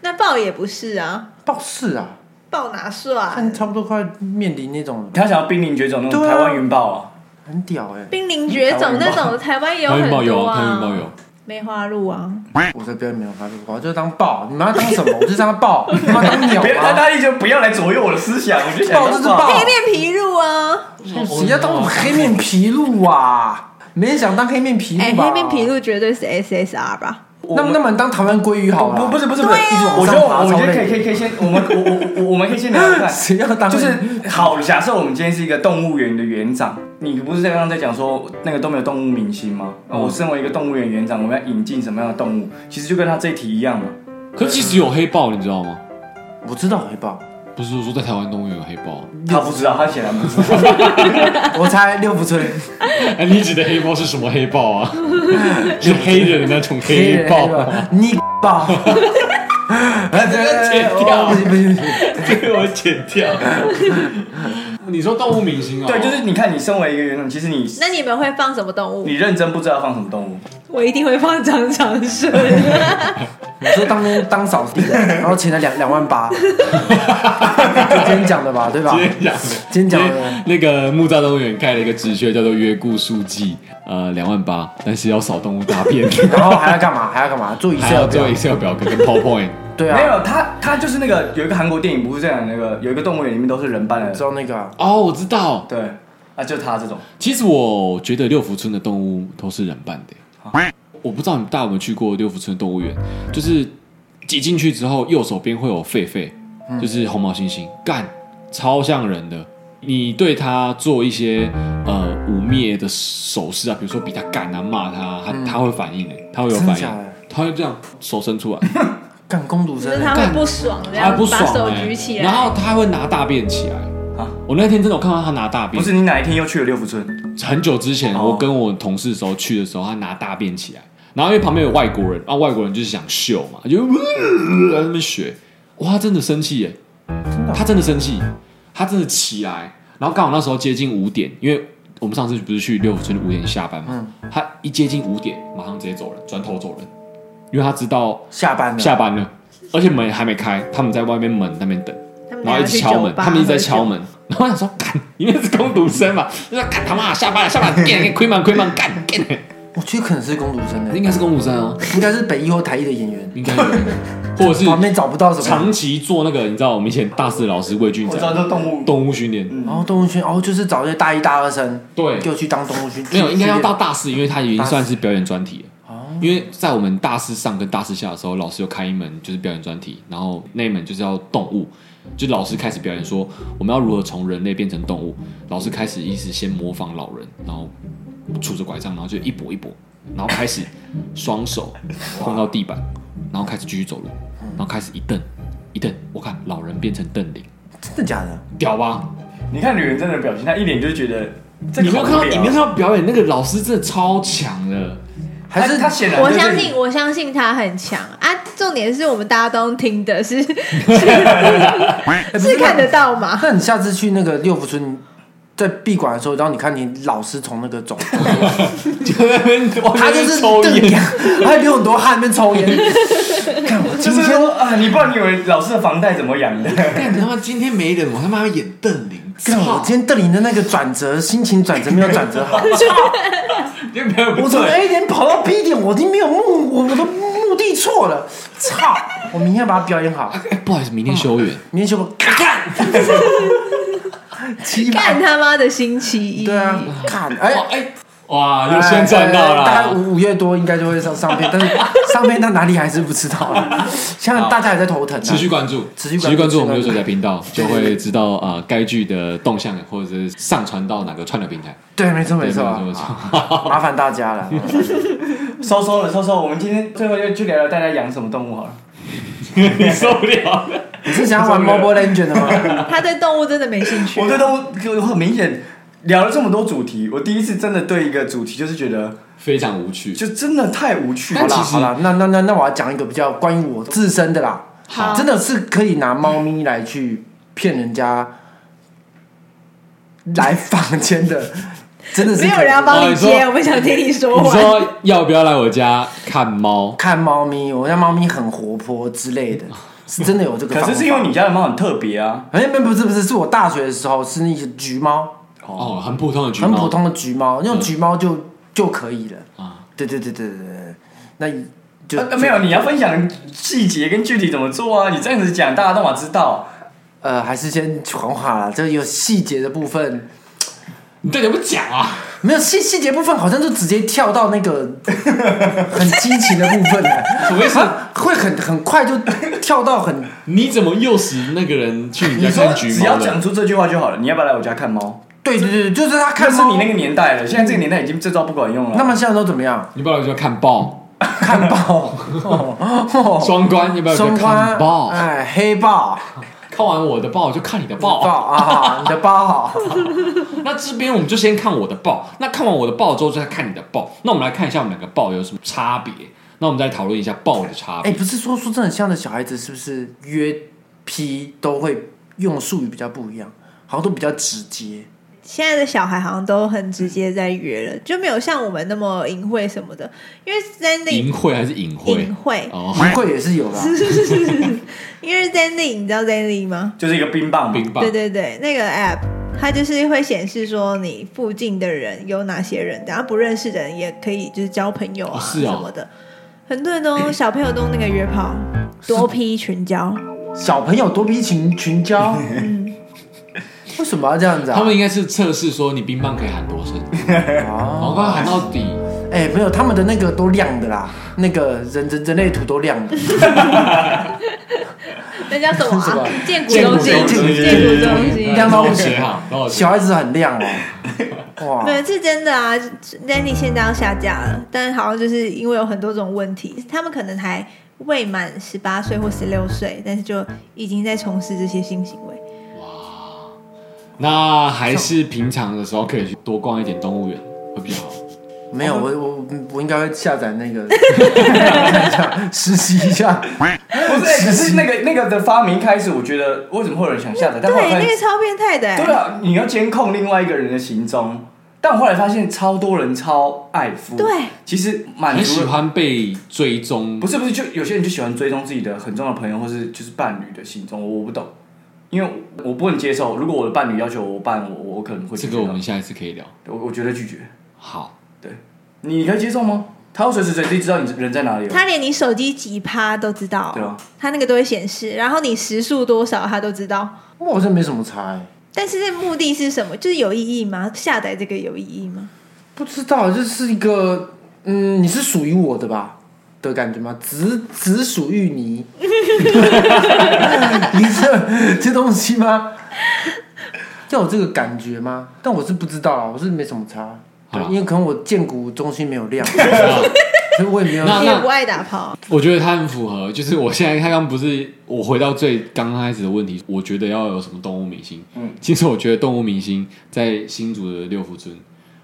S5: 那豹也不是啊，
S3: 倒是啊，
S5: 豹哪啊
S3: 但
S5: 算？
S3: 差不多快面临那种了
S4: 他想要濒临绝种那种
S3: 对啊
S4: 台湾云豹啊，
S3: 很屌哎、
S5: 濒临绝种那种，台湾也有
S2: 台湾
S5: 很
S2: 豹有
S5: 多
S2: 啊，台湾豹
S5: 啊，
S2: 有。
S5: 梅花鹿啊，
S3: 我在标没有发出，我就当豹，你们要当什么？我就当豹，你们要当鸟
S4: 别他
S3: 吗？
S4: 他一直不要来左右我的思想，我就想
S3: 豹就是豹
S5: 黑面琵鹭啊，
S3: 谁哦要当我们黑面琵鹭啊？没人想当黑面琵
S5: 哎，
S3: 鹭吧？
S5: 黑面琵鹭绝对是 SSR 吧？
S3: 那那么你当台湾鲑鱼好
S4: 不
S3: 了，
S4: 不不是不是不是，
S3: 一直往
S4: 我觉
S3: 上
S4: 得
S3: 爬
S4: 我我觉得
S3: 超
S4: 可
S3: 累
S4: 以可以可以先，我们我我我我们可以先聊 <laughs> 聊看。
S3: 谁要当
S4: 就是好，假设我们今天是一个动物园的园长，你不是在刚刚在讲说那个都没有动物明星吗？啊我身为一个动物园园长，我们要引进什么样的动物？其实就跟他这一题一样嘛。
S2: 可是其实有黑豹，你知道吗？
S3: 我知道黑豹，
S2: 不是说在台湾动物园有黑豹，啊
S4: 他不知道，他显然不知道。
S3: 我猜六福村
S2: 哎，你指的黑豹是什么黑豹啊？是黑人的那种
S3: 黑
S2: 黑
S3: 人
S2: 豹
S3: 黑
S2: 吗？
S3: 豹，你豹，哎对对
S2: 剪掉
S3: 不行不行不行，
S2: <laughs> 给我剪掉。你说动物明星啊、
S4: 对，就是你看，你身为一个园长，其实你
S5: 那你们会放什么动物
S4: 你？认真不知道放什么动物。
S5: 我一定会放长
S2: <laughs>
S5: 长蛇。
S3: 我说当当扫地的，然后请了两两万八，今天讲的吧，对吧
S2: <laughs> 今？天讲的。
S3: 今天
S2: 因
S3: 讲
S2: 为
S3: 的，
S2: 那个木栅动物园开了一个职缺，叫做约雇数记，呃，两万八，但是要扫动物大
S3: <laughs>
S2: 便，
S3: 然后还要干嘛？还要干嘛？做
S2: 还要
S3: Excel
S2: 做
S3: 表？
S2: Excel 表格跟 PowerPoint。
S3: 对
S4: 没
S3: 啊，
S4: 有，他他就是那个有一个韩国电影不是这样，那个有一个动物园里面都是人扮
S3: 知
S4: 的，
S3: 道那个啊
S2: 哦，我知道，
S4: 对，啊，就他这种，
S2: 其实我觉得六福村的动物都是人扮的、我不知道你们大家有没有去过六福村动物园，就是挤进去之后，右手边会有狒狒，就是红毛猩猩，干超像人的。你对它做一些呃污蔑的手势啊，比如说比它干啊、骂它，它它会反应的、它会有
S3: 真的
S2: 反应
S3: 假的，
S2: 它会这样手伸
S5: <laughs>
S2: 出来，
S3: 干工读生
S5: 就是，他会不爽，这
S2: 它
S5: 样
S2: 不爽、
S5: 把手
S2: 欸
S5: 举起来，
S2: 然后它会拿大便起来。
S4: 啊
S2: 我那天真的有看到它拿大便
S4: 不，是你哪一天又去了六福村，
S2: 很久之前，
S4: 哦
S2: 我跟我同事的时候去的时候，他拿大便起来，然后因为旁边有外国人，啊，外国人就是想秀嘛，就、呃、在那边学，哇，他真的生气耶，
S3: 真的啊
S2: 他真的生气，他真的起来，然后刚好那时候接近五点，因为我们上次不是去六福村五点下班嘛，
S3: 嗯
S2: 他一接近五点，马上直接走人，转头走人，因为他知道
S3: 下班了，
S2: 下班了，而且门还没开，他们在外面门那边等。
S5: 他们
S2: 然后一直敲门，他们一直在敲。门， <laughs> 然后我想说，干，你那是工读生嘛？就说干他妈下班了，下班了，干，亏满亏满，干干，
S3: 我觉得可能是工读生的，
S2: 应该是工读生哦，
S3: 应该是北一或台一的演员，
S2: 应该有，或者是
S3: 旁边找不到什么。
S2: 长期做那个，你知道我们以前大四的老师魏俊
S4: 我知道
S2: 展
S4: 这动物，
S2: 动物训练，
S3: 然后动物圈哦，就是找一些大一、大二生，
S2: 对
S3: 就去当动物圈。
S2: 没有，应该要到
S3: 去
S2: 大四，因为他已经算是表演专题了。哦因为在我们大四上跟大四下的时候，老师有开一门就是表演专题，然后那一门就是要动物，就老师开始表演说我们要如何从人类变成动物。老师开始一直先模仿老人，然后杵着拐杖，然后就一跛一跛，然后开始双手碰到地板，然后开始继续走路，然后开始一蹬一蹬，我看老人变成邓林，
S3: 真的假的？
S2: 屌吧？
S4: 你看吕元真的表情，他一脸就觉得这
S2: 你没有看到，你没有看
S4: 到，
S2: 到表演那个老师真的超强的，
S3: 还是
S4: 他他显然
S5: 我
S4: 就是
S5: 相信，我相信他很强啊！重点是我们大家都听的是是
S2: <laughs> 哎
S5: 是看得到吗？
S3: 那你下次去那个六福村，在闭馆的时候，然后你看你老师从那个走，
S2: 就在那边
S3: 他就是
S2: 哦抽
S3: 瞪
S2: 烟
S3: 眼，， <laughs> 他流很多汗，在那边
S2: <laughs>
S3: 抽烟。看我
S4: 就
S3: 今
S4: 是
S3: 天
S4: 说啊，你不然你以为老师的房贷怎么养的？ <laughs>
S2: 干他妈今天没人，我他妈要演邓林，
S3: 干我今天邓林的那个转折，心情转折没有转折好。
S2: <laughs> 今天表演
S3: 我
S2: 不
S3: 从
S2: 对，
S3: A 点跑到 B 点，我已经没有目，我我的目的错了。操！我明天把它表演好，
S2: 哎，不好意思，明天休演。
S3: 明天就干。 <laughs> 七百
S5: 看他妈的星期一，
S3: 对啊，干哎。
S2: 哇哎，哇，又宣传到了，
S3: 大概五五月多应该就会上上片，但是上片到哪里还是不知
S2: <laughs>
S3: 道了。现在大家也在头疼、啊，
S2: 持续关注，
S3: 持续关注
S2: 关我们热
S3: 持续关注
S2: 水仔频道，就会知道呃该剧的动向，或者是上传到哪个串流平台。
S3: 对，没错没错，
S2: 对没错
S3: 啊 <laughs> 麻烦大
S4: <laughs>
S3: 家了。
S4: 收收了，收收。我们今天最后就去聊聊大家养什么动物好了。
S2: <laughs> 你受不了，
S3: 你是想要玩 Mobile Legend 的
S4: <laughs>
S3: 吗？
S5: 他对动物真的没兴趣。
S4: 我对动物就很明显聊了这么多主题，我第一次真的对一个主题就是觉得
S2: 非常无趣。
S4: 就真的太无趣
S3: 好
S4: 了
S3: 啦。
S2: 其实
S3: 好啦，那那那那我要讲一个比较关于我自身的啦，
S5: 好
S3: 真的是可以拿猫咪来去骗人家来房间的，
S5: <laughs>
S3: 真的是
S5: 没有
S3: 可以
S5: 人要帮
S2: 哦
S5: 你
S2: 你说
S5: 接，我们想听你说
S2: 你
S5: 完。
S2: 说要不要来我家看猫？
S3: 看猫咪，我家猫咪很活泼之类
S4: <laughs>
S3: 的，是真的有这个
S4: 可
S3: 方法。
S4: 是是因为你家的猫很特别啊，
S3: 哎，没不是不是，是我大学的时候是那些橘猫，
S2: 哦，很普通的橘
S3: 很
S2: 猫，
S3: 普通的橘猫，用橘猫就就可以了。
S2: 啊，
S3: 对对对对对对，那就
S4: 呃、没有，你要分享细节跟具体怎么做啊？你这样子讲，大家都嘛知道。
S3: 呃，还是先缓缓啦，这有细节的部分，
S2: 你到底有没有讲啊？
S3: 没有细细节部分，好像就直接跳到
S4: <laughs>
S3: 那个很激情的部分了，
S2: 什么意思？
S3: 会很很快就跳到很
S2: 你怎么诱使那个人去你
S4: 你
S2: 家
S4: 说
S2: 看橘
S4: 只
S2: 猫
S4: 要
S2: 的？
S4: 讲出这句话就好了。你要不要来我家看猫？
S3: 对对对，对就是他
S4: 看
S3: 看
S4: 是
S3: 猫
S4: 你那个年代了，现在这个年代已经这招不管用了。
S3: 那么现在都怎么样？
S2: 你不要来我家看豹，
S3: 看豹，哦
S2: 双关，要不要来我
S3: 双
S2: 家看
S3: 花，
S2: 豹？
S3: 哎，黑豹，
S2: 看完我的豹就看你的
S3: 豹
S2: 豹。
S4: 哦
S3: 啊，你的豹好。
S4: <laughs>
S2: 那这边我们就先看我的豹，那看完我的豹之后再看你的豹。那我们来看一下我们两个豹有什么差别。那我们再讨论一下豹的差
S3: 哎、
S2: 别。
S3: 不是说说真的，像的小孩子是不是约批都会用术语比较不一样，好像都比较直接。
S5: 现在的小孩好像都很直接在约了，就没有像我们那么隐晦什么的，因为在那
S2: 淫秽还是隐晦？
S5: 隐晦
S2: 哦， <laughs>
S3: 贵也是有啦，
S5: 因为 Zenly，你知道 Zenly 吗？
S4: 就是一个冰棒嘛，
S2: 冰棒
S5: 对对对，那个 app 它就是会显示说你附近的人有哪些人，然后不认识的人也可以就是交朋友啊、
S2: 哦是哦
S5: 什么的。很多人都小朋友都那个约炮，多批群交，
S3: 小朋友多批群群交，为什么要这样子啊？
S2: 他们应该是测试说你冰棒可以喊多声，我刚刚喊到底。
S3: 哎、没有，他们的那个都亮的啦，那个人人人类图都亮
S2: <laughs>
S3: 的，
S5: 那叫什么
S3: 是
S5: 啊？
S3: 吧
S5: 建股中心，
S3: 建股中心
S5: 建股中心。
S3: 亮到不行
S2: 学好，让我学
S3: 小孩子很亮哦、哇，
S5: 对，是真的啊！Nanny 现在要下架了，但是好像就是因为有很多种问题，他们可能还未满十八岁或十六岁，但是就已经在从事这些性行为。
S2: 那还是平常的时候可以去多逛一点动物园会比较好。
S3: 没有，我我嗯我应该会下载
S2: <laughs>
S3: 那个， <laughs> 看一下，实习一下。
S4: <laughs> 不是、欸？可是那个那个的发明开始，我觉得为什么会有人想下载？
S5: 对
S4: 但后来，发
S5: 那
S4: 现
S5: 个超变态的、欸。
S4: 对啊，你要监控另外一个人的行踪。但我后来发现，超多人超爱夫，
S5: 对，
S4: 其实满
S2: 很
S4: 足
S2: 喜
S4: 啊了
S2: 欢被追踪
S4: 不，是不是，就有些人就喜欢追踪自己的很重要的朋友或是就是伴侣的行踪，我我不懂，因为我不能接受。如果我的伴侣要求我伴我，我我可能会
S2: 这
S4: 拒绝
S2: 个
S4: 到。
S2: 我们下一次可以聊。
S4: 我我觉得拒绝。
S2: 好，
S4: 对，你可以接受吗？他会随时随地知道你人在哪里哦。
S5: 他连你手机几趴都知道，
S4: 对啊
S5: 他那个都会显示，然后你时速多少他都知道。
S3: 我好像没什么差、欸，
S5: 但是这目的是什么？就是有意义吗？下载这个有意义吗？
S3: 不知道，这是一个，嗯，你是属于我的吧的感觉吗？只只属于你， <laughs> 你这这东西吗？要有这个感觉吗？但我是不知道啊，我是没什么差。
S2: 好啦
S3: 因为可能我建股中心没有
S2: <laughs>
S3: 亮，
S2: 啊
S3: 所以我也没有。
S2: 那
S5: 你也不爱打炮，
S2: 我觉得他很符合，就是我现在他刚不是我回到最刚开始的问题，我觉得要有什么动物明星？
S4: 嗯，
S2: 其实我觉得动物明星在新竹的六福村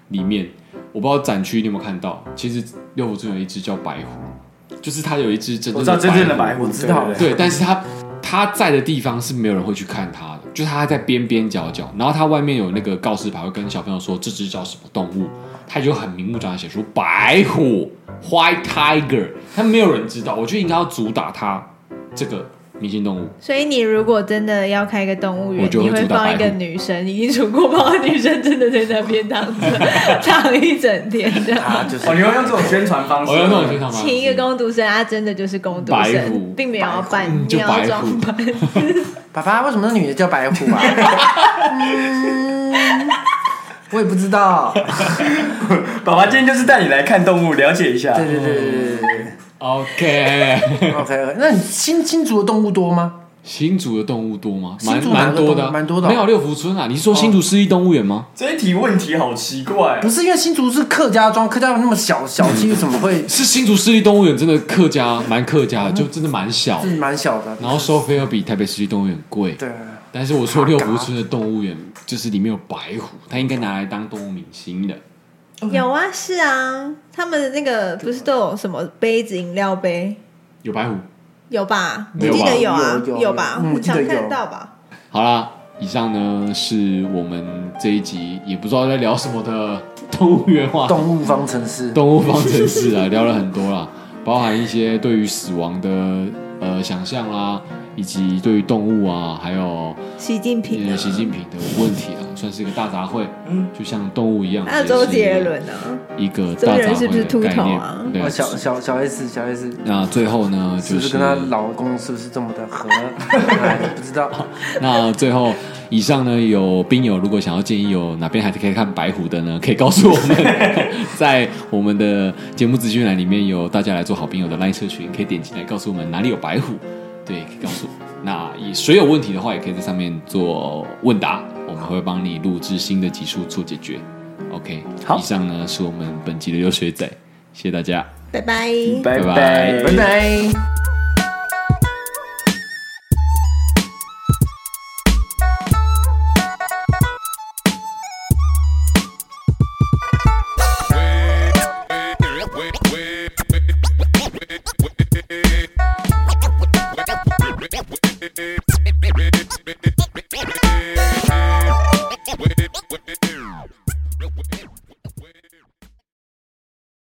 S2: 里面，我不知道展区你有没有看到，其实六福村有一只叫白狐，就是它有一只真
S4: 我
S2: 正
S4: 知道
S2: 的
S4: 真正的
S2: 白
S4: 白
S2: 狐，
S4: 狐，
S3: 我知道
S4: 对对对
S2: <laughs> 对，但是它它在的地方是没有人会去看它的，就是它在边边角角，然后它外面有那个告示牌会跟小朋友说这只叫什么动物，它就很明目张胆写出白虎 （White Tiger），但没有人知道，我就应该要主打它这个明星动物。
S5: 所以你如果真的要开一个动物园
S2: 我，就会
S5: 你会
S2: 主打
S5: 放一个
S2: 白虎
S5: 女生，已经出过包的女生，真的在那边躺着 <laughs> 躺一整天这样。
S3: 啊，就是
S4: 哦，你会用这种宣传方式？
S2: 我要那种非常
S5: 请一个工读生，他真的就是工读
S2: 白
S5: 生
S2: 虎，
S5: 并没有要扮，没
S2: 就
S5: 有要
S2: 白
S5: 装
S2: 虎
S5: 扮。
S2: <laughs>
S3: 爸爸，为什么那女的叫白虎啊？嗯，我也不知道。
S4: 爸爸今天就是带你来看动物，了解一下。
S3: 对对对对对对
S2: <laughs> OK， <laughs>
S3: 对。OK，那你新新竹的动物多吗？
S2: 新竹的动物多吗？蛮
S3: 新竹哪个
S2: 蛮多的
S3: 动
S2: 啊，
S3: 物蛮多的哦哦
S2: 没有六福村啊，你是说新竹市立动物园吗？
S4: 这一题问题好奇怪哦
S3: 不，是，因为新竹是客家庄，客家庄那么小小区，怎么 <laughs> 会
S2: 是新竹市立动物园，真的客家蛮客家的，就真的蛮小
S3: 是
S2: 的，
S3: 蛮小的？
S2: 然后收费要比台北市立动物园贵。
S3: 对，
S2: 但是我说六福村的动物园，就是里面有白虎，它应该拿来当动物明星的。
S5: 有啊，是啊，他们的那个不是都有什么杯子、饮料杯，
S2: 有白虎，
S5: 有吧？我
S2: 没有
S5: 记
S2: 吧
S5: 得啊
S3: 有，有
S5: 有吧？
S3: 嗯
S5: 我常
S3: 记得有
S5: 看到吧？
S2: 好啦，以上呢是我们这一集也不知道在聊什么的动物园话，
S3: 动物方程式。
S2: 动物方程式啊，聊了很多啦，包含一些对于死亡的呃想象啦，以及对于动物啊，还有
S5: 习近平
S2: 呃
S5: 啊，
S2: 习近平的问题啊，算是一个大杂烩。
S4: 嗯，
S2: 就像动物一样，
S5: 还有周杰伦呢？
S2: 一个
S5: 周
S2: 大
S5: 杰
S2: 杂
S5: 伦是不是
S2: 烩的
S5: 秃
S2: 概
S5: 头
S2: 念
S5: 啊。
S2: 对
S3: 哦，，小小小 S，小 S
S2: 那最后呢，就
S3: 是不是跟她老公是不是这么的 <laughs> 合？哎不知道。
S2: 那最后，以上呢有兵友如果想要建议有哪边还可以看白虎的呢，可以告诉我们， <laughs> 在我们的节目资讯栏里面有大家来做好兵友的 LINE 社群，可以点进来告诉我们哪里有白虎，对，可以告诉我。那也谁有问题的话，也可以在上面做问答，我们会帮你录制新的集数做解决。OK，
S4: 好
S2: 以上呢是我们本集的流水仔，谢谢大家。
S5: 拜拜。
S4: 拜
S2: 拜
S4: 拜
S3: 拜拜。